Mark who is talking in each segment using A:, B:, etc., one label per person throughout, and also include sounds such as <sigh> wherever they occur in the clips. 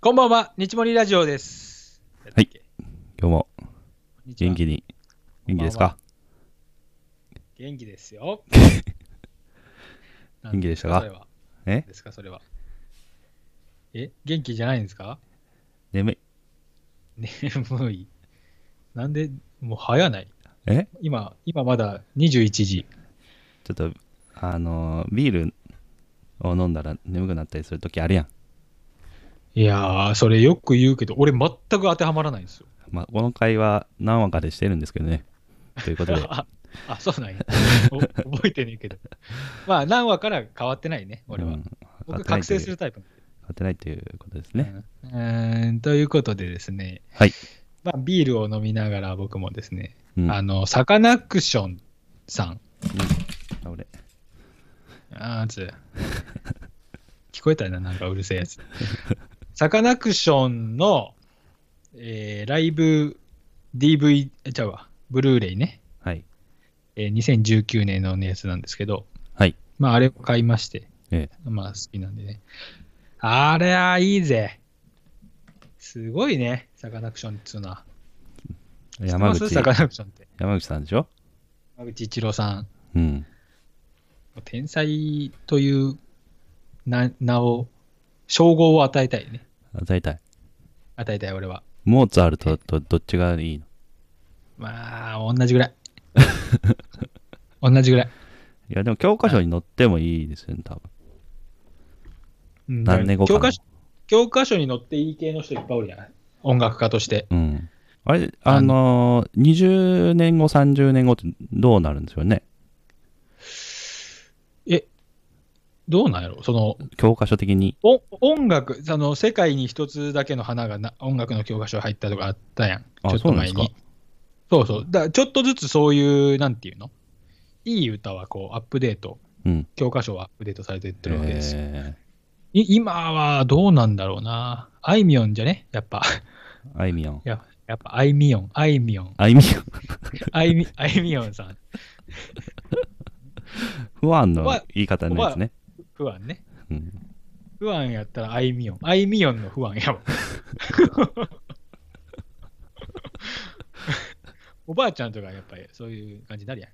A: こんばんは、日森ラジオです。
B: はい今日も
A: 元
B: 元
A: 気。
B: 気に、元気ですか
A: 元気です
B: <laughs>
A: よ。
B: 元気でしたか
A: なんですそれは
B: え
A: なんですか、それは。え、元気じゃないんですか
B: 眠い。
A: <laughs> 眠い。なんで、もう早ない。
B: え
A: 今、今まだ21時。
B: ちょっと、あのービールを飲んだら眠くなったりするときあるやん。
A: いやー、それよく言うけど、俺全く当てはまらないんですよ。、
B: まあ、この会話何話かでしてるんですけどね。ということで <laughs>
A: あ、 <laughs> あそうなんや。お覚えてねえけど。まあ、何話から変わってないね、俺は。
B: うん
A: 僕、覚
B: 買っ
A: 醒
B: てない
A: す
B: という
A: るタイプ。
B: 買ってないということですね。
A: うん。うーんということでですね、
B: はい
A: まあ、ビールを飲みながら僕もですね、
B: うん。
A: あ
B: あ
A: のサカナクションさん、
B: 俺、
A: あー
B: <laughs>
A: つ聞こえたな、なんかうるせえやつ。サカナクションの、えーライブ DV、えちゃうわ、ブルーレイね、
B: はい。
A: えー2019年のやつなんですけど、
B: はい。
A: まあ、あれを買いまして、
B: え
A: まあ、好きなんでね。あれはいいぜ。すごいね、サカナクションっつうのは。
B: え山
A: 知っ
B: 口
A: てますサ、カナクションって。
B: 山口さんでしょ
A: 山口一郎さん、
B: うん。
A: 天才というな名を、称号を与えたいね。
B: 与えたい。
A: 与えたい、俺は。
B: モーツァルトとどっちがいいの
A: まあ、同じぐ
B: <laughs>
A: らい。同じぐらい。
B: いや、でも教科書に載ってもいいですよね、多分。
A: うん
B: 何年後か
A: 教
B: な
A: 科書教科書に載っていい系の人いっぱいおるやん。音楽家として。
B: うん。あれ、あのー、20年後、30年後ってどうなるんですよね。
A: どうなんやろその、
B: 教科書的に。
A: お音楽、その世界に一つだけの花がな音楽の教科書入ったとかあったやん。ち
B: あ
A: ょっと前
B: そうなんで
A: に。そうそう。だちょっとずつそういう、なんていうのいい歌はこうアップデート、
B: うん。
A: 教科書はアップデートされていってるわけですよ。
B: え
A: い今はどうなんだろうな。あいみょんじゃねやっぱ。 <laughs>
B: ー、あいみょん。
A: ややっぱあいみょん、あいみょん、
B: あいみょん。 <laughs>
A: あいみあいみょんさん。
B: 不安の言い方のやつね。
A: 不安ね。
B: うん。
A: 不安やったらあいみょん。あいみょんの不安やわ。 <laughs> おばあちゃんとかやっぱりそういう感じになるやん。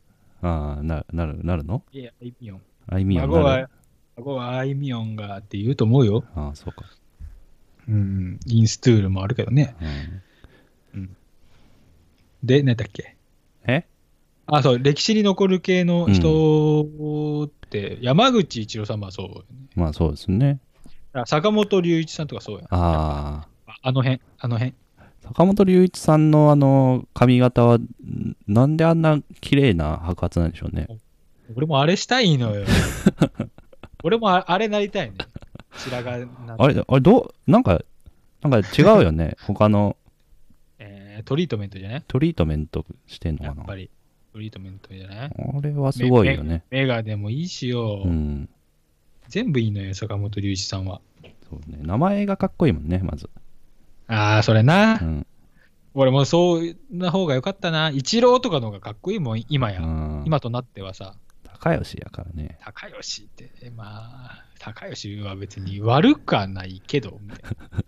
B: ああ、ななる、なるの
A: いや、あいみょん。
B: あいみょん
A: 孫
B: なる。
A: は、孫はあいみょんがって言うと思うよ。
B: ああ、そうか。
A: うん、インストゥールもあるけどね。
B: うん、
A: で、何だっけ
B: え
A: あ、そう、歴史に残る系の人って、山口一郎さんはそうよね。
B: まあそうですね。
A: あ坂本龍一さんとかそうやん。
B: あ
A: あの辺、あの辺。
B: あ。坂本龍一さんのあの髪型は、んなんであんな綺麗な白髪なんでしょうね。
A: 俺もあれしたい
B: <laughs>
A: のよ。俺もああれなりたいね。白髪な
B: あれ、あれ、どう、なんか、なんか違うよね。 <laughs> 他の
A: えートリートメントじゃない
B: トリートメントしてんの
A: や
B: か
A: っ
B: な。
A: ぱり。トリートメントじゃない
B: あれはすごいよね。
A: メガでもいいしよ、
B: うん。
A: 全部いいのよ、坂本龍一さんは。
B: そうね。名前がかっこいいもんね、まず。
A: ああ、それな。
B: うん。
A: 俺もそうな方がよかったな。一郎とかの方がかっこいいもん、今や。
B: うん、
A: 今となってはさ、
B: 高吉やからね。
A: 高吉って、えまあ、高吉は別に悪くはないけ
B: <laughs>
A: ど、みたいな。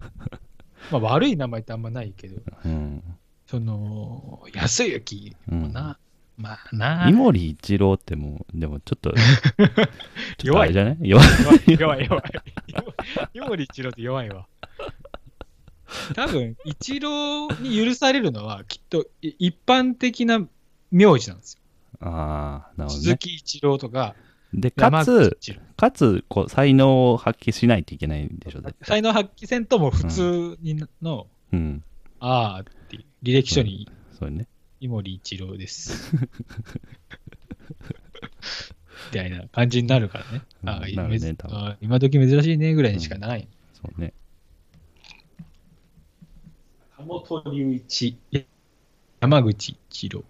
A: まあ、悪い名前ってあんまないけど、
B: うん。
A: その、安行もな、まあな
B: 井、森一郎ってもう、でもちょ
A: <laughs>
B: っと、ちょっとあ
A: 弱
B: れ
A: い
B: じゃない弱い。
A: 弱い弱 <laughs> い。よもり一郎って弱いわ。多分、一郎に許されるのは、きっとい一般的な名字なんですよ。
B: ああ、なるほど
A: 鈴
B: ね。
A: 木一郎とか、
B: で、か
A: 山口
B: つ、
A: 一郎
B: かつ、こう、才能を発揮しないといけないんでしょ、
A: <laughs>
B: 絶対。
A: 才能発揮せんとも普通にの、
B: うん。
A: ああっていう履歴書に
B: そうね。
A: 井森一郎です。 <laughs> みたいな感じになるからね。
B: うん
A: ああ
B: なるね多分
A: ああ今時珍しいねぐらいにしかない。
B: そうね。
A: 坂本龍一、山口一郎、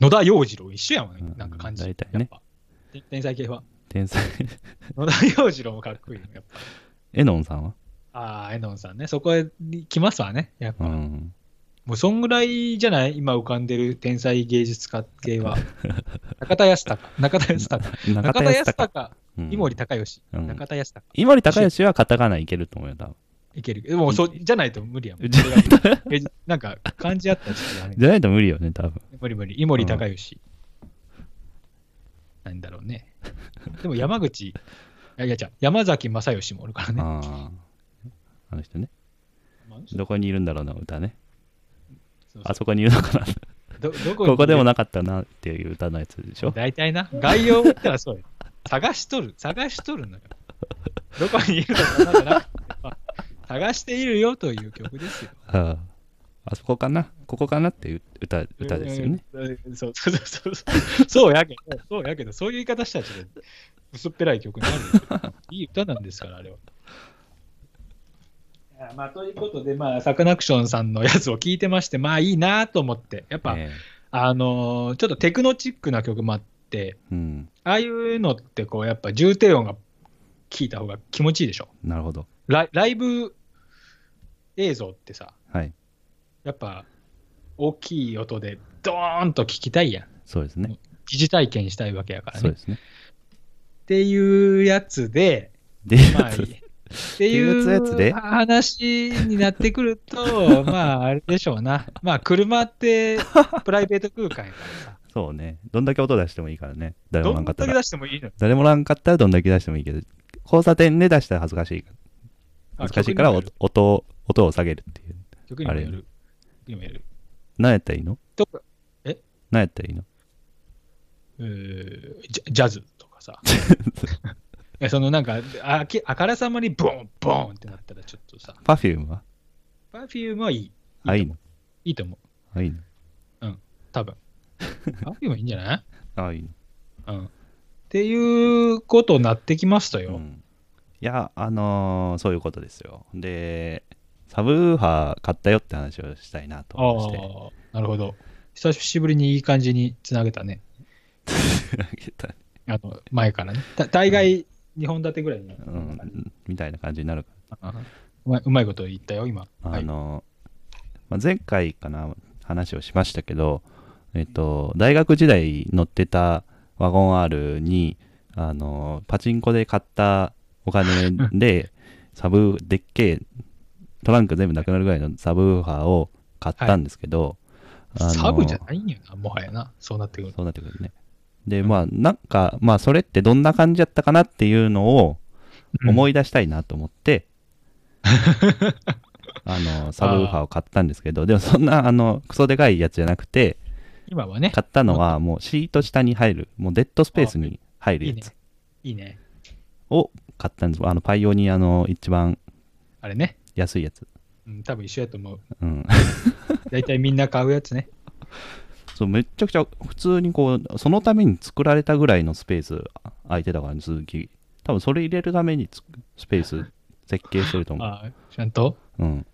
A: 野田洋次郎、一緒やもんね
B: う、ん
A: なんか感じ。
B: 大体ね
A: やっぱ天天才系は。
B: 天才。 <laughs>
A: 野田洋次郎もかっこいいよ、やっ
B: エノンさんは
A: ぱ。ああ、エノンさんね、そこへ来ますわね、やっ
B: う
A: ぱ。
B: ん。
A: もうそんぐらいじゃない今浮かんでる天才芸術家系
B: <laughs>
A: は。中田康隆、中田康隆、
B: 中
A: 中
B: 田
A: 田康
B: 康
A: 隆、
B: 隆。
A: 井森
B: 隆。
A: 隆義、
B: うん
A: 中田康隆。
B: 井森隆義はカタカナいけると思うよ、多分。
A: いけるけど、でもそうじゃないと無理やもん。
B: <laughs> じゃないと、
A: えなんか感じあったらちょっとあれ
B: じゃないと無理よね、多分。
A: 無理無理。井森高義。なんだろうね。でも山口、いやいや、じゃあ山崎正義もおるからね。
B: ああ。あの人ね。
A: まあ
B: どこにいるんだろうな、歌ね。
A: そう
B: あそこにいるのかな。
A: そうどどこに
B: ここでもなかったなっていう歌のやつでしょ。
A: 大体な。概要を見たらそうよ。探しとる、探しとるんだから。どこにいるのかなんかなくてまあ探しているよという曲ですよ。
B: あああそこかな、ここかなっていう歌歌ですよね。
A: うん。そうそうそうそう。 <laughs> そうやけど、そうやけど、そういう言い方したらちょっと薄っぺらい曲になるよ。いい歌なんですから、あれは。いやまあ、ということで、まあ、サカナクションさんのやつを聞いてまして、まあいいなと思って、やっぱ、
B: ええ
A: あのーちょっとテクノチックな曲もあって、
B: うん、
A: ああいうのってこう、やっぱ重低音が聞いた方が気持ちいいでしょ。
B: なるほど。
A: ライライブ映像ってさ、
B: はい、
A: やっぱ大きい音でドーンと聞きたいやん。
B: そうですね。
A: 疑似体験したいわけやから
B: そ
A: ね。
B: う
A: っ
B: ですね。
A: ていうやつ
B: <laughs>
A: で、
B: で、 <laughs>
A: まあ、いいっていう
B: やつで
A: 話になってくる
B: <laughs>
A: と、まあ、あれでしょうな。まあ、車ってプライベート空間やからさ、
B: そうね。どんだけ音出してもいいからね。 <laughs> 誰も
A: ど
B: ら
A: ん
B: んか
A: だ
B: った
A: け
B: ら。
A: 出してもいいのに。
B: 誰もらんかったらどんだけ出してもいいけど、交差点で出したら恥ずかしい。恥ずかしいから
A: あ
B: 音音を音を下げるっていう。
A: 曲にもよる。曲にもよる。
B: 何やったらいいの
A: とか、
B: 何やったらいいの
A: うージャジャズとか
B: <laughs>
A: さ。いやそのなんかあき、あからさまにボンボンってなったらちょっとさ、
B: パフュームは
A: パフュームはいい。
B: あ、いい
A: と思
B: の
A: ういいと思う。
B: あ、いいの
A: 多
B: <laughs>
A: 分。パフュームいいんじゃない
B: あ、いいの
A: うんっていうことになってきましたよ。
B: うん、いやあのーそういうことですよでサブウーハー買ったよって話をしたいなと
A: ああ
B: 思いまして
A: ー、なるほど。久しぶりにいい感じにつなげたね。あの前からね。だ大概2本立てぐらいになった
B: <laughs> う
A: ね、
B: ん、みたいな感じになるか
A: うんうまいうまいこと言ったよ、今。
B: ら、
A: はい
B: あのまあ、前回かな話をしましたけど、えっと、大学時代乗ってたワゴン R にあのパチンコで買ったお金
A: <laughs>
B: でサブでっけえトランク全部なくなるぐらいのサブウーハーを買ったんですけど、あの
A: サブじゃないんやな、もはやな。そうなってくると。
B: そうなってくるね。で、まあ、なんか、まあ、それってどんな感じだったかなっていうのを思
A: い、
B: い出したいなと
A: <laughs>
B: 思って、あの、サブウーハーを買ったんですけど、でもそんな、あの、クソでかいやつじゃなくて、
A: 今はね、
B: 買ったのはもうシート下に入る、もうデッドスペースに入る
A: いい
B: や
A: ね
B: つ。
A: いいね。
B: を買ったんです。あの、パイオニアの一番
A: あれね。
B: 安いやつ。
A: うん、多分一緒やと思う。
B: うん。 <laughs>
A: 大体みんな買うやつね。
B: そう、めっちゃくちゃ、普通にこう、そのために作られたぐらいのスペース空いてたから、続き。多分それ入れるためにつスペース設計してると思う。
A: ああちゃんと
B: うん、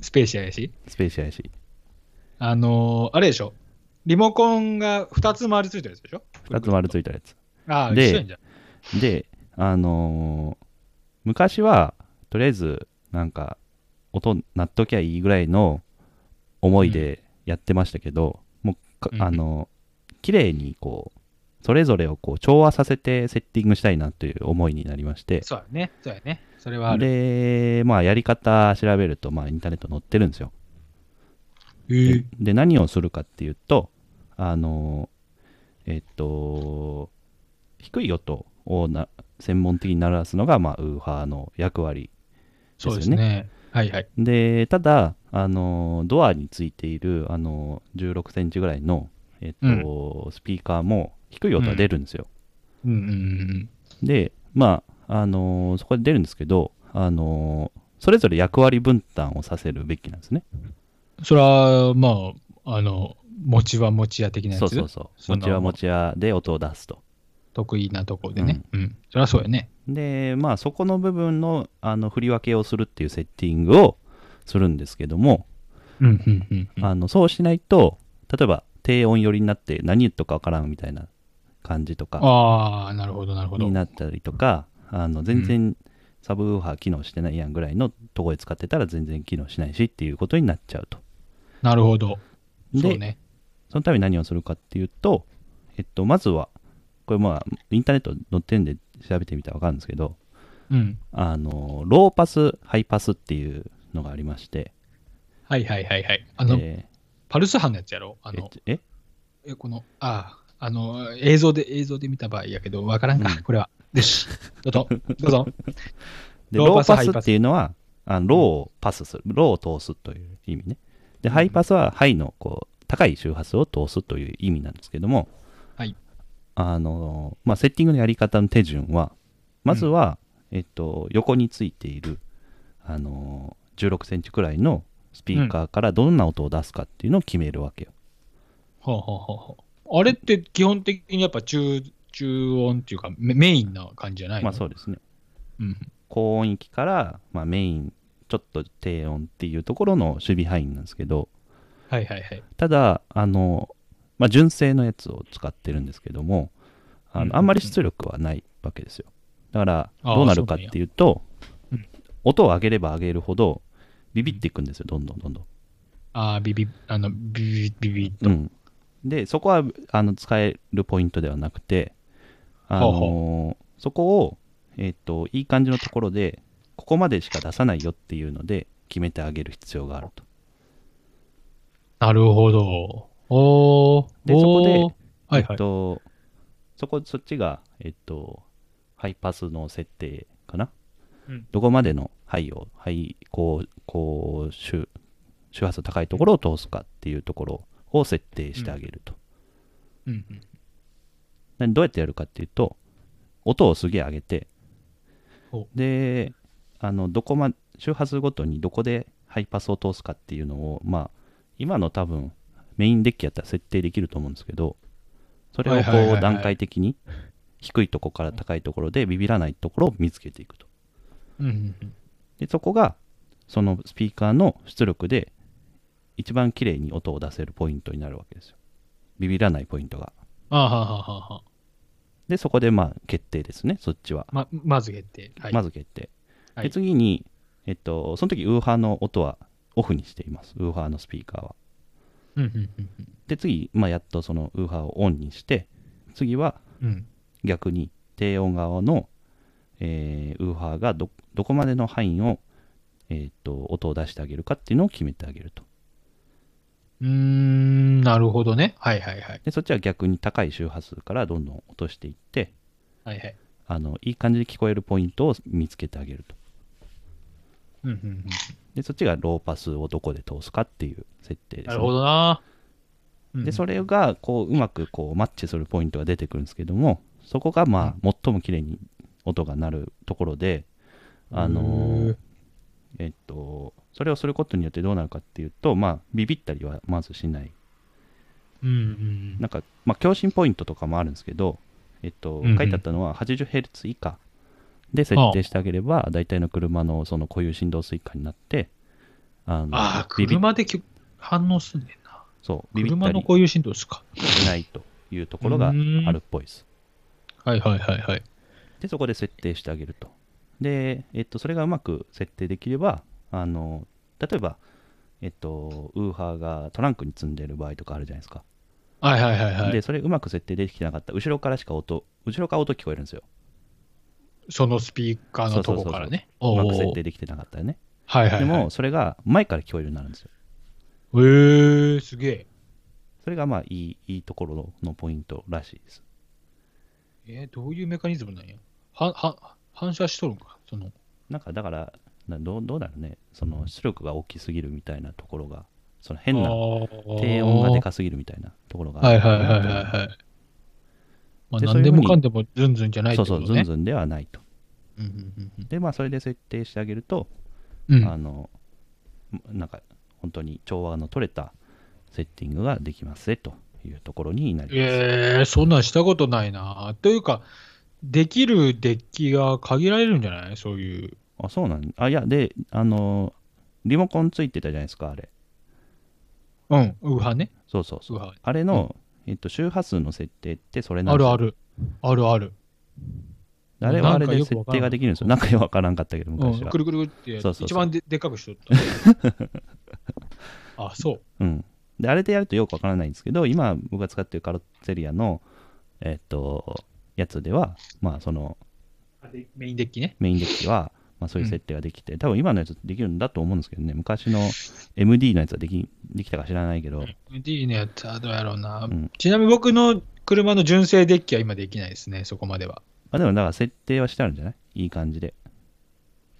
A: スペーシアやし。
B: スペーシアやし。
A: あのーあれでしょ。リモコンが2つ丸ついたやつでしょ
B: 二つ丸ついたやつ。
A: ああ、
B: で
A: 一緒やんじゃん。
B: で、あのー昔は、とりあえず、なんか、音鳴っときゃいいぐらいの思いでやってましたけど、もうか
A: うん
B: あのー綺麗にこう、それぞれをこう調和させてセッティングしたいなという思いになりまして、
A: そうやね。そうやね。それはある。
B: で、まあ、やり方調べると、まあ、インターネット載ってるんですよ。
A: え
B: で
A: ー
B: で何をするかっていうとあのえっと低い音をな専門的に鳴らすのが、まあ、ウーハーの役割
A: そうですね。はいはい。
B: でただあのドアについているあの16センチぐらいの、えっとスピーカーも低い音は出るんですよ、
A: うんうんうん
B: でまああのそこで出るんですけどあのそれぞれ役割分担をさせるべきなんですね
A: うん。それは、まあ、あの、餅は餅屋的なやつ。
B: そうそうそう
A: その
B: 持ちは持ち屋で音を出すと
A: 得意なとこでね。うん。それはそうやね。
B: でまあそこの部分のあの振り分けをするっていうセッティングをするんですけども、
A: うんうんうんうん。
B: あのそうしないと例えば低音寄りになって何言ったかわからんみたいな感じとか
A: ああ、なるほど、なるほど
B: に。なったりとかあの全然サブウーハー機能してないやんぐらいのとこへ使ってたら全然機能しないしっていうことになっちゃうと。
A: なるほど。
B: で
A: そうね。
B: そのために何をするかっていうと、えっと、まずはこれまあインターネット載ってるんで調べてみたらわかるんですけど
A: うん。
B: あのローパスハイパスっていうのがありまして
A: はいはいはいはい。あの、
B: え
A: パルス班のやつやろあ
B: ー
A: の、
B: ええ
A: え、この、ああ、あの、映像で、映像で見た場合やけど、わからんか、
B: うん
A: これは。よし、どうぞ、どうぞ。
B: で
A: ロ
B: ロ
A: ーパ
B: ー
A: ス
B: パスっていうのはあのローをパスするローを通すという意味ねでハイパスはハイのこう高い周波数を通すという意味なんですけども、
A: はい
B: あのまあ、セッティングのやり方の手順はまずは、えっと、横についているあの16センチくらいのスピーカーからどんな音を出すかっていうのを決めるわけよ、
A: ほうほうほうほう。あれって基本的にやっぱ中、中音っていうかメメインな感じじゃないの
B: まあそうですね
A: うん。
B: 高音域から、まあ、メインちょっと低音っていうところの守備範囲なんですけど
A: はいはいはい。
B: ただあの、まあ、純正のやつを使ってるんですけどもあ
A: うんうんうん
B: のあんまり出力はないわけですよだから
A: あー
B: どうなるかっていうと
A: そうなんや
B: 音を上げれば上げるほどビビっていくんですよどんどんどんどん、
A: ああ、ビビ、あの、ビビビビッと。
B: うんでそこはあの使えるポイントではなくてあの
A: ほう
B: そこを、えっといい感じのところでここまでしか出さないよっていうので決めてあげる必要があると
A: なるほど。おー。
B: で
A: おー
B: そこで
A: はい
B: え
A: は
B: っ
A: い。
B: と、そこ、そっちが、えっと、ハイパスの設定かな、
A: うん
B: どこまでのハイを、ハイ、こう、こう、周周波数高いところを通すかっていうところを設定してあげると。
A: うんうん
B: なんでどうやってやるかっていうと、音をすげえ上げて
A: ほ、
B: で、あの、どこま、周波数ごとにどこでハイパスを通すかっていうのを、まあ、今の多分、メインデッキやったら設定できると思うんですけど、それを
A: はいはいはい
B: こ
A: は
B: う
A: い
B: 段階的に低いとこから高いところでビビらないところを見つけていくと。
A: うんうんうん
B: で、そこが、そのスピーカーの出力で、一番綺麗に音を出せるポイントになるわけですよ。ビビらないポイントが。
A: ああはあはあはあはあ
B: で、そこでまあ決定ですね、そっちは。
A: ままず決定。はい、
B: まず決定。
A: はい
B: で、次に、えっと、その時、ウーハーの音はオフにしています。ウーハーのスピーカーは。
A: うんうんうん
B: で、次、まあ、やっとそのウーハーをオンにして、次は
A: うんうん。
B: 逆に低音側の、えーウーハーがどどこまでの範囲を、えーっと音を出してあげるかっていうのを決めてあげると。
A: うーん、なるほどね。はいはいはい。
B: で、そっちは逆に高い周波数からどんどん落としていって、
A: はいはい。
B: あのいい感じに聞こえるポイントを見つけてあげると。
A: うんうんうん
B: で、そっちがローパスをどこで通すかっていう設定です、ね。
A: なるほどな。
B: でそ
A: れ、
B: れがこううまくこうマッチするポイントが出てくるんですけどもそこがまあ最も綺麗に音が鳴るところであの
A: へ
B: ー
A: ー
B: えっとそれをすることによってどうなるかっていうとまあビビったりはまずしない
A: うんうん
B: なんかまあ共振ポイントとかもあるんですけどえっと
A: うんうん
B: 書いてあったのは 80Hz 以下で設定してあげれば大体の車のその固有振動水下になってあ
A: うん、ああ、
B: ビビ
A: 車でき反応すんねんな。
B: そうビビっ
A: 車
B: た
A: の
B: り
A: こういう振動ですか。
B: しないというところがあるっぽいです。
A: はいはいはいはい。
B: でそこで設定してあげるとで、えっと、それがうまく設定できればあの例えばえっとウーハーがトランクに積んでる場合とかあるじゃないですか、
A: はいはいはいは
B: で
A: い。
B: それうまく設定できてなかったら後ろからしか音後ろから音聞こえるんですよ
A: そのスピーカーのとこからね。
B: う
A: お
B: ま
A: お
B: く設定できてなかったらね
A: はいはい、はい。
B: でも、それが前から聞こえるようになるんですよ
A: えー、すげえ。
B: それがまあいいいいところのポイントらしいです
A: えー、どういうメカニズムなんやはは反射しとるんかその
B: なんかだからなどうどうだろうねその出力が大きすぎるみたいなところがその変な低音がでかすぎるみたいなところがあ
A: はい
B: る
A: はいはいはいはい。まあ、
B: で
A: 何でも
B: そういうふうに
A: かんでもズンズンじゃないって
B: そう
A: こ
B: そ
A: と
B: う、
A: ね。
B: ズンズンではないと。
A: うんうんうん
B: で、まあ、それで設定してあげると、
A: うんうん
B: あの、なんか、本当に調和の取れたセッティングができますねというところになります。
A: えー、そんなんしたことないな。というか、できるデッキが限られるんじゃないそういう。
B: あ、そうなんあ、いや、で、あの、リモコンついてたじゃないですか、あれ。
A: うん、ウーハーね。
B: そうそう
A: ウ
B: そ
A: ー
B: う。
A: ハ
B: あれの、えっと、周波数の設定ってそれ
A: ー。
B: なん
A: ある
B: ですよ
A: ある。あるある。
B: あれはあれで
A: なんか
B: 設
A: よくわから
B: 定
A: ん
B: ができるんですよ。なんかよくわからんかったけど、
A: う
B: 昔
A: ん、
B: は
A: く。るくるくるってやる
B: そうそうそう
A: 一番ででっかくしとった。
B: <laughs>
A: あ、そう。
B: うん。で、あれでやるとよくわからないんですけど、今、僕が使ってるカロッツェリアの、えっと、やつでは、まあ、その、
A: あでメインデッキね。
B: メインデッキは、まあ、そういう設定ができて、多分今のやつできるんだと思うんですけどね、昔の MD のやつはできできたか知らないけど、
A: D のやつはどうやろうな。
B: うん
A: ちなみに僕の車の純正デッキは今できないですね、そこまでは。
B: まあ、でもだから設定はしてあるんじゃないいい感じで。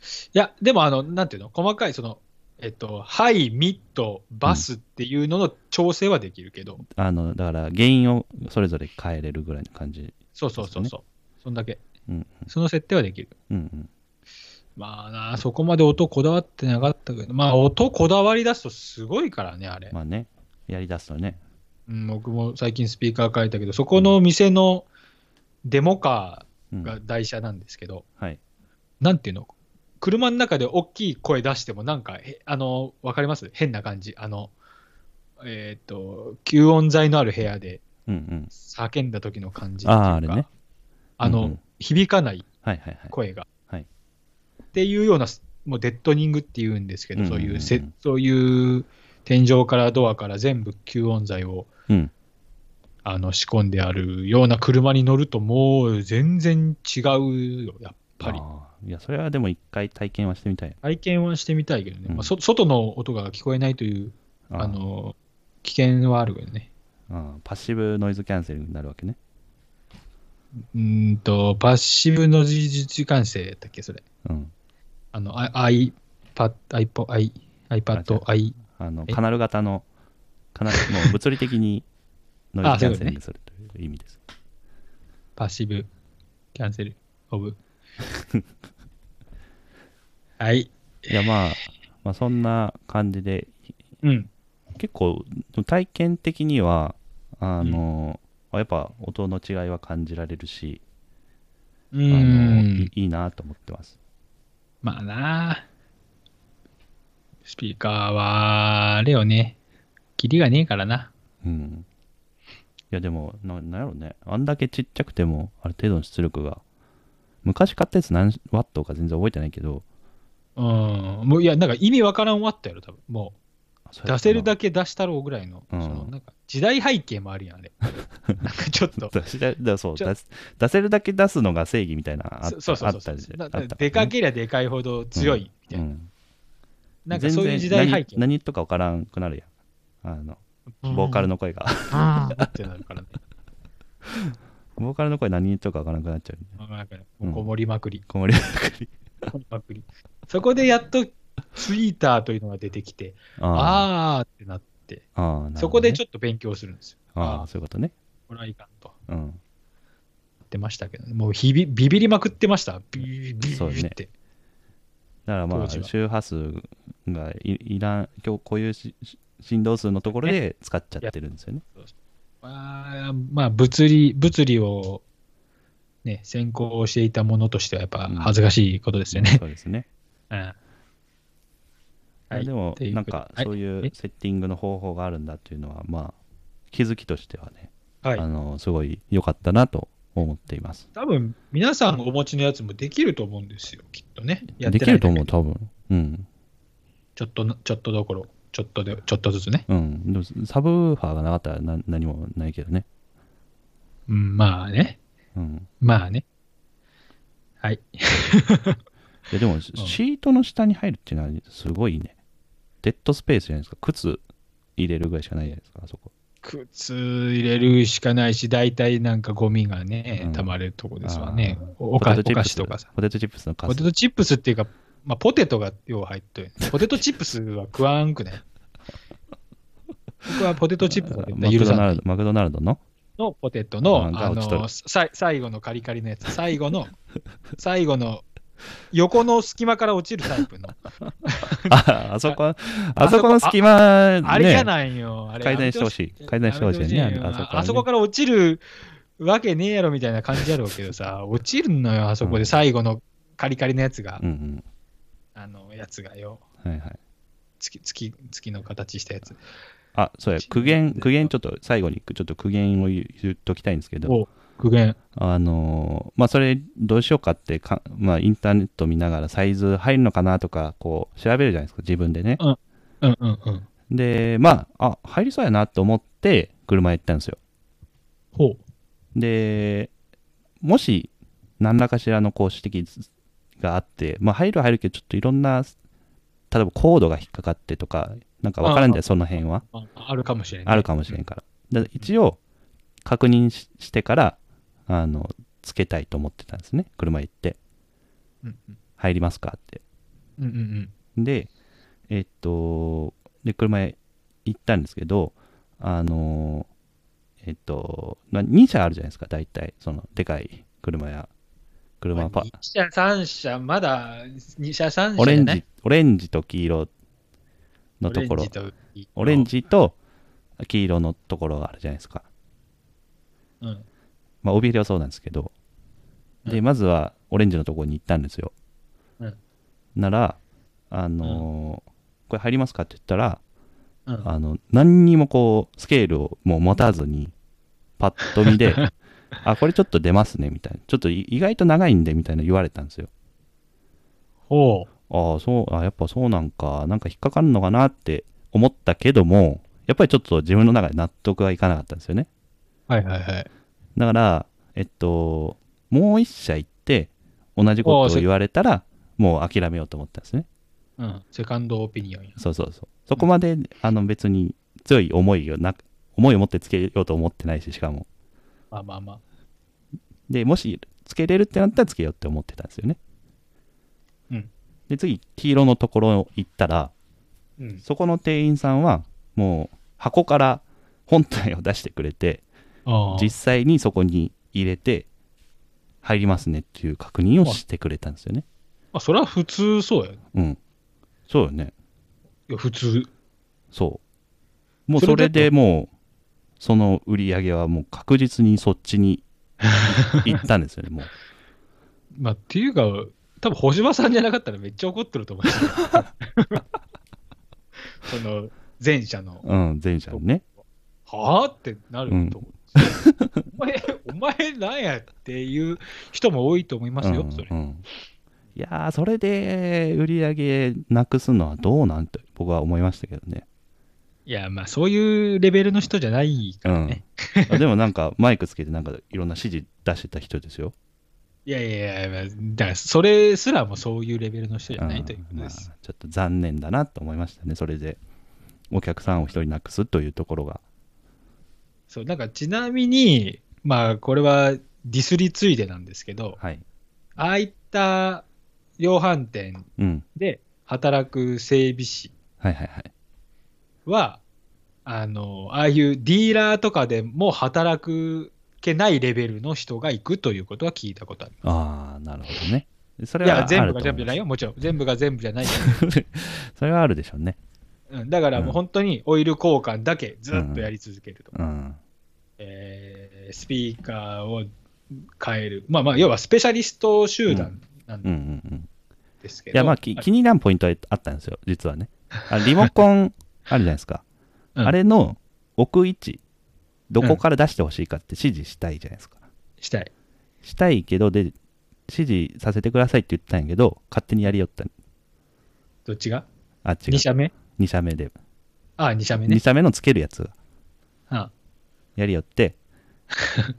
A: いや、でもあの、なんていうの、細かいその、えっと、ハイ、ミッド、バスっていうのの調整はできるけど、
B: あのだから原因をそれぞれ変えれるぐらいの感じ。
A: そうそうそうそう、そんだけ、
B: うん
A: その設定はできる。
B: うんうん。
A: まあな、そこまで音こだわってなかったけど、まあ音こだわり出すとすごいからね、あれ。
B: まあね、やりだすとね。
A: うん、僕も最近スピーカー変えたけど、そこの店のデモカ
B: う
A: ー
B: ん、
A: が台車なんですけど、
B: はい。
A: なんていうの車の中で大きい声出してもなんか、へあの、わかります変な感じ。あの、えーっ、と、吸音材のある部屋で
B: うんうん。
A: 叫んだ時の感じっていうか
B: ああー、あれね。
A: あの、
B: うんうん
A: 響かない
B: はいはいはい。
A: 声が。
B: はい
A: っていうような、もうデッドニングっていうんですけど、そういうせ、
B: うんうんうん
A: そういう天井からドアから全部吸音材を
B: うん。
A: あの仕込んであるような車に乗ると、もう全然違うよ、やっぱり。
B: あーいや、それはでも一回体験はしてみたい。
A: 体験はしてみたいけどね、
B: うん
A: まあ、そ外の音が聞こえないという
B: ー
A: あの危険はあるけどね。
B: あーパッシブノイズキャンセリングになるわけね。
A: うーんと、パッシブの自時間制だっけ、それ。
B: うん。
A: あの、I- iPad、iPod、i-
B: あ違う
A: iPad、i
B: あの、
A: え
B: カナル型の、カナル、もう物理的にノイズキャンセリングするという意味です。
A: パッシブ、キャンセル、オ
B: <laughs>
A: ブ。はい。
B: いや、まあ、まあ、そんな感じで、
A: うん。
B: 結構体験的にはあの、あやっぱ音の違いは感じられるし、
A: う
B: あの
A: ん
B: い。いいなと思ってます
A: まあなあスピーカーは、あれよね。キリがねえからな。
B: うんいやでもななんやろねあんだけちっちゃくてもある程度の出力が昔買ったやつ何ワットか全然覚えてないけど
A: うん。もういや、なんか意味わからん終わったやろ、多分。もう、出せる
B: け
A: だけ出したろうぐらいの、
B: うん
A: そのなんか時代背景もあるやん、あ
B: <laughs>
A: れ。なんかちょっと。
B: 出しだだそう
A: ちょ
B: 出す出せるだけ出すのが正義みたいなあ
A: そそうそうそうそう
B: あったり
A: な
B: あった
A: でかけりゃでかいほど強いみたいな。
B: うん
A: なんかそういう
B: 全然
A: 時代背
B: 何
A: 景。
B: 何言っとか分からんくなるやんあのボーカル
A: の。
B: の声が、 <laughs>
A: あーってなるからね。
B: ボーカルの声何言っとか分からんくなっちゃう
A: わからんからもうこもりまくり。
B: こもり
A: こもりまくりそこでやっとツイーターというのが出てきて、
B: あ
A: <laughs> あーってなって、
B: あああ、
A: そこでち
B: ょっ
A: ょっと勉強するんですよ。
B: と。ああ、そういうことね。
A: これはいかんと。
B: うん。
A: ってましたけどね、もうひびビビりまくってました。ビビビビ
B: そうね
A: ビって。
B: だからま
A: 当
B: あ、
A: 時は
B: 周波数がいいらん、今日こういうしし振動数のところで使っちゃってるんですよね。
A: まあ、まあ、物理、物理を、ね、専攻していたものとしてはやっぱ恥ずかしいことですよね。
B: そうです
A: <laughs>
B: ね。
A: うん
B: いやでも、なんか、そう
A: う
B: いう
A: え
B: セッティングの方法があるんだっていうのは、まあ、気づきとしてはね、
A: ということで。
B: あ
A: はい。
B: の、すごい良かったなと思っています。
A: 多分、皆さんお持ちのやつもできると思うんですよ、きっとね。やって
B: で
A: ない
B: きると思
A: だ
B: う、
A: け
B: 多分。うん。
A: ちょっとな、ちょっとどころ、ちょっとで、ちょっとずつね。
B: うん。でも、サブウーファーがなかったらな何もないけどね。
A: うん、まあね。
B: うん。
A: まあね。はい。
B: いやでも、シートの下に入るっていうのはすごいね。デッドスペースじゃないですか。靴入れるぐらいしかないじゃないですか、あそこ。
A: 靴入れるしかないし、大体なんかゴミがね
B: うん、
A: 溜まるとこですわね。おお
B: ポ
A: か
B: テト
A: お
B: チップ
A: 菓
B: ス
A: 子とかさ。
B: ポテトチップスのカ
A: ポ
B: ス
A: テトチップスっていうか、まあ、ポテトがよう入っとる。ポテトチップスは食わんくね。僕はポテトチップスは絶
B: マ
A: 対
B: ク
A: 許
B: ド
A: さな
B: ナル
A: い
B: ドマクドナル
A: <laughs>
B: ドの
A: のポテト
B: あ
A: の
B: なんか
A: あ
B: 落ちとる
A: のさい最後のカリカリのやつ、最後の、最後の横の隙間から落ちるタイプの。
B: ああそこ、あそこの
A: あそこ
B: 隙間、ね、
A: あれじゃないよ。あれ
B: 改善してほしい。改善してほしいね。
A: やめてほしいよあ
B: はね
A: そこから落ちるわけねえやろみたいな感じやろうけどさ、落ちるのよ、あそこで最後のカリカリのやつが、
B: うん
A: あのやつがよ、
B: うん。はいはい。
A: 月月月の形したやつ。
B: あ、そうや、苦言、苦言、ちょっと最後に、ちょっと苦言を言う言っときたいんですけど、
A: お苦言。
B: あのーまあ、それ、どうしようかってか、まあ、インターネット見ながらサイズ入るのかなとか、こう、調べるじゃないですか、自分でね。
A: うんうんうん。
B: で、まあ、あ、入りそうやなと思って、車行ったんですよ。
A: ほう。
B: で、もし、何らかしらのこう指摘があって、まあ、入るは入るけど、ちょっといろんな、例えばコードが引っかかってとか、なんか分からんだよ、その辺は。
A: ああるかもしれない。
B: あるかもしれんから。で一応、確認ししてから、あの、つけたいと思ってたんですね。車行って、
A: うんうん
B: 入りますかって。
A: うんうんうん。
B: で、えっと、で、車へ行ったんですけど、あの、えっと、まあ、2社あるじゃないですか、大体、その、でかい車や、車パ、
A: 2社、3社、まだ2社、3社、ね、
B: オレンジ、オレンジと黄色のところ、オレン
A: ジ
B: ジと黄色のところがあるじゃないですか。
A: と。うん。
B: まあ、帯入れはそうなんですけど、で、
A: うん
B: まずはオレンジのところに行ったんですよ。
A: うん
B: なら、あのーこれ入りますかって言ったら、
A: うん
B: あの、何にもこう、スケールをもう持たずに、パッと見で、あ、これちょっと出ますね、みたいな。ちょっとい意外と長いんで、みたいな言われたんですよ。
A: ほう。
B: ああ、そう、あやっぱそうなんか、なんか引っかかるのかなって思ったけども、やっぱりちょっと自分の中で納得がいかなかったんですよね。
A: はいはいはい。
B: だから、えっと、もう一社行って、同じこ
A: おー
B: とを
A: せ
B: 言われたら、もう諦めようと思ったんですね。
A: うん。セカンドオピニオンや。
B: そうそうそう。そこまで、あの、別に強い思いをなく、思いを持ってつけようと思ってないし、しかも。
A: まあまあまあ。
B: で、もし、つけれるってなったらつけようって思ってたんですよね。
A: うん。
B: で、次、黄色のところ行ったら、
A: うん。
B: そこの店員さんは、もう、箱から本体を出してくれて、
A: ああ
B: 実際にそこに入れて、入りますねっていう確認をしてくれたんですよね。
A: あ、それは普通そうや。い
B: うん。そうよね。
A: や、普通。
B: そう。もうそれでもう、その売り上げはもう確実にそっちに行ったんですよね、もう。
A: まあ、っていうか、多分星葉さんじゃなかったらめっちゃ怒ってる
B: <laughs>
A: と思う。その、前者の、
B: うん、前者にね。
A: はあってなると思う、お前、お前なんやっていう人も多いと思いますよ、
B: うん
A: それ。
B: うんいやーそれで売り上げなくすのはどうなんて僕は思いましたけどね、
A: いや、まあ、そういうレベルの人じゃないか
B: う
A: ら
B: ん
A: ね。、
B: あでもなんかマイクつけてなんかいろんな指示出してた人ですよ、
A: いやいやいや、だから、それすらもそういうレベルの人じ
B: う
A: ゃ
B: ん
A: ないということ
B: ま
A: で
B: あ
A: す。
B: ちょっと残念だなと思いましたねそれでお客さんを一人なくすというところが
A: そう、なんか、ちなみに、まあ、これはディスりついでなんですけど、
B: はい
A: ああいった量販店
B: うん
A: で働く整備士
B: はいはいはい
A: はあのああいうディーラーとかでも働くけないレベルの人が行くということは聞いたことある。
B: ああなるほどねそ
A: い
B: れはあ
A: や
B: ると
A: 全
B: 思
A: 部
B: い
A: が全部じゃ
B: ます
A: ないよ、もちろん。全部が全部じゃない。
B: それはあるでしょうね
A: うん、だからもう本当にオイル交換だけずっとやり続けると。
B: うん
A: えースピーカーを変える。まあまあ、要はスペシャリスト集団なん
B: うんうんうん
A: ですけ
B: い
A: ど。
B: やまあき気になるポイントはあったんですよ実はねあリモコンあるじゃないですか、
A: うん
B: あれの置く位置どこから出してほしいかって指示したいじゃないですか、
A: したい。
B: したいけどで指示させてくださいって言ったんやけど勝手にやりよった
A: どっちが
B: あ違う
A: ?2 社目
B: 二社目で、
A: ああ、2社目
B: 二
A: ね。
B: 社目のつけるやつが
A: あ
B: やりよって
A: <laughs>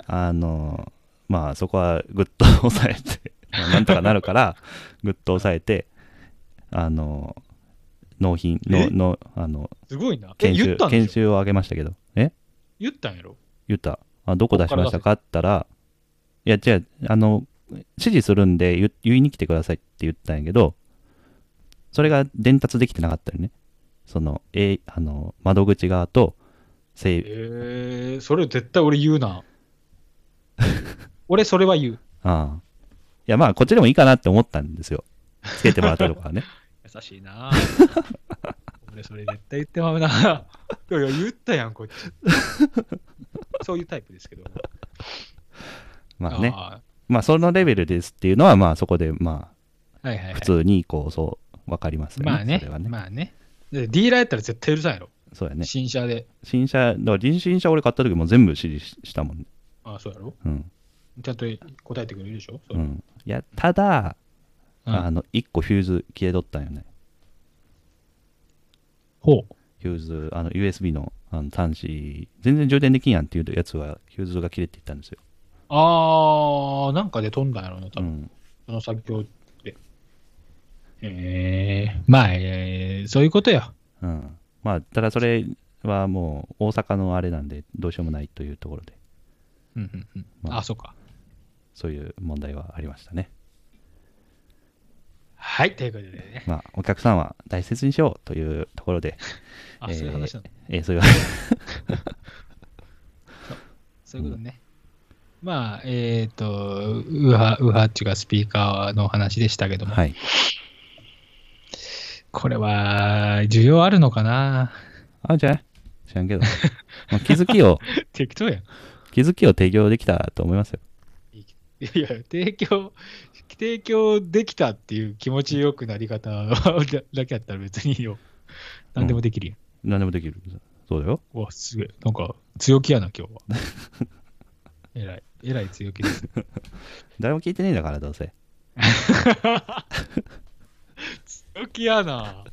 B: あのまあそこはグッと抑えてまあなんとかなるからグッと抑えてあの納品の
A: え
B: のあの
A: すごいな。え、
B: 研
A: 言
B: 修
A: ったんで
B: 研
A: しょ
B: 修を上げましたけどえ
A: 言ったんやろ
B: 言ったあどこ出しましたかって言ったらいや違うあの指示するんで言言いに来てくださいって言ったんやけどそれが伝達できてなかったよねその,、えいあの窓口側と整備
A: えー、それ絶対俺言う
B: <laughs>
A: な。俺それは言う。
B: ああいやまあこっちでもいいかなって思ったんですよつけてもらったとかはね
A: 優しいな。俺それ絶対言ってまうな。いやいや、言ったやん、
B: <laughs>
A: こっち。そういうタイプですけど。
B: まあね
A: あ
B: まあそのレベルですっていうのはまあそこでま
A: ーはいはい、は
B: あ
A: い。
B: 普通にこうそう分かりますよね,、
A: まあね
B: それはね、
A: まあね。でディーラーやったら絶対許さんやろ。
B: そうやね
A: 新車で。
B: 新車だから人新車俺買った時も全部指示ししたもんね
A: ああ、そうやろ。
B: うん
A: ちゃんと答えてくれるでしょ。そうれ
B: ん、いやただ、
A: うん
B: あの1個フューズ消えとったんよね
A: ほう。
B: フューズあの USB のあの端子全然充電できんやんっていうやつはフューズが切れていったんですよ
A: あー、なんかで飛んだんやろうな、多
B: う
A: 分、
B: ん、
A: その作業で。えー、まあ、えーそういうことよ。
B: うん、まあただそれはもう大阪のあれなんでどうしようもないというところで
A: うんうんうん。
B: まあ
A: あ、そうか。
B: そういう問題はありましたね
A: はい、ということでね。
B: まあお客さんは大切にしようというところで、
A: あ、
B: えー
A: そういう話なの。
B: えーそういう
A: そういうことね。まあ、えっ、と、ウハ、ウハっちがスピーカーの話でしたけ <laughs> ども、
B: はい
A: これは、需要あるのかな
B: あるんじゃない知らんけど、まあ、気づき
A: <laughs>
B: を
A: 適当やん。
B: 気づきを提供できたと思いますよ
A: いや、提供、提供できたっていう気持ちよくなり方は <laughs> だだけやったら別にいいよ。何でもできるやん。
B: 何でもできるそうだよ
A: うわ、すげえ。なんか、強気やな、 <laughs> 今日は。えらい、えらい強気です。
B: 誰も聞いてねえんだからどうせ
A: 強気やな。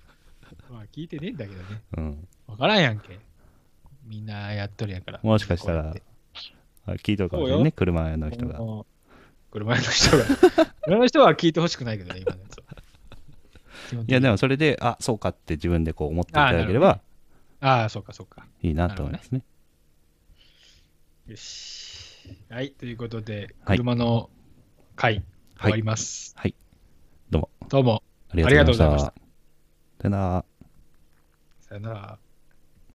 A: <laughs> まあ、聞いてねえんだけどね。
B: うん
A: わからんやんけ。みんなやっとるやから。
B: もしかし
A: こ
B: た
A: うやっ
B: ら
A: て
B: あ聞いとるかもしれん
A: そう
B: ね
A: よ
B: 車の人が
A: うん車の人が。
B: <laughs>
A: 車の人は聞いてほしくないけどね、今のやつは。
B: いやで
A: も。
B: もそれであそうかって自分でこう思っていただければ
A: ああ、そうか、そうか。
B: いいなと思いますね
A: よし。はい、ということで、
B: はい
A: 車の回、
B: は
A: 終わり
B: い
A: ます。
B: はいどうも。
A: どうも、
B: ありがとうございま
A: ありがとうございま
B: した
A: した
B: さよなら
A: さよなら。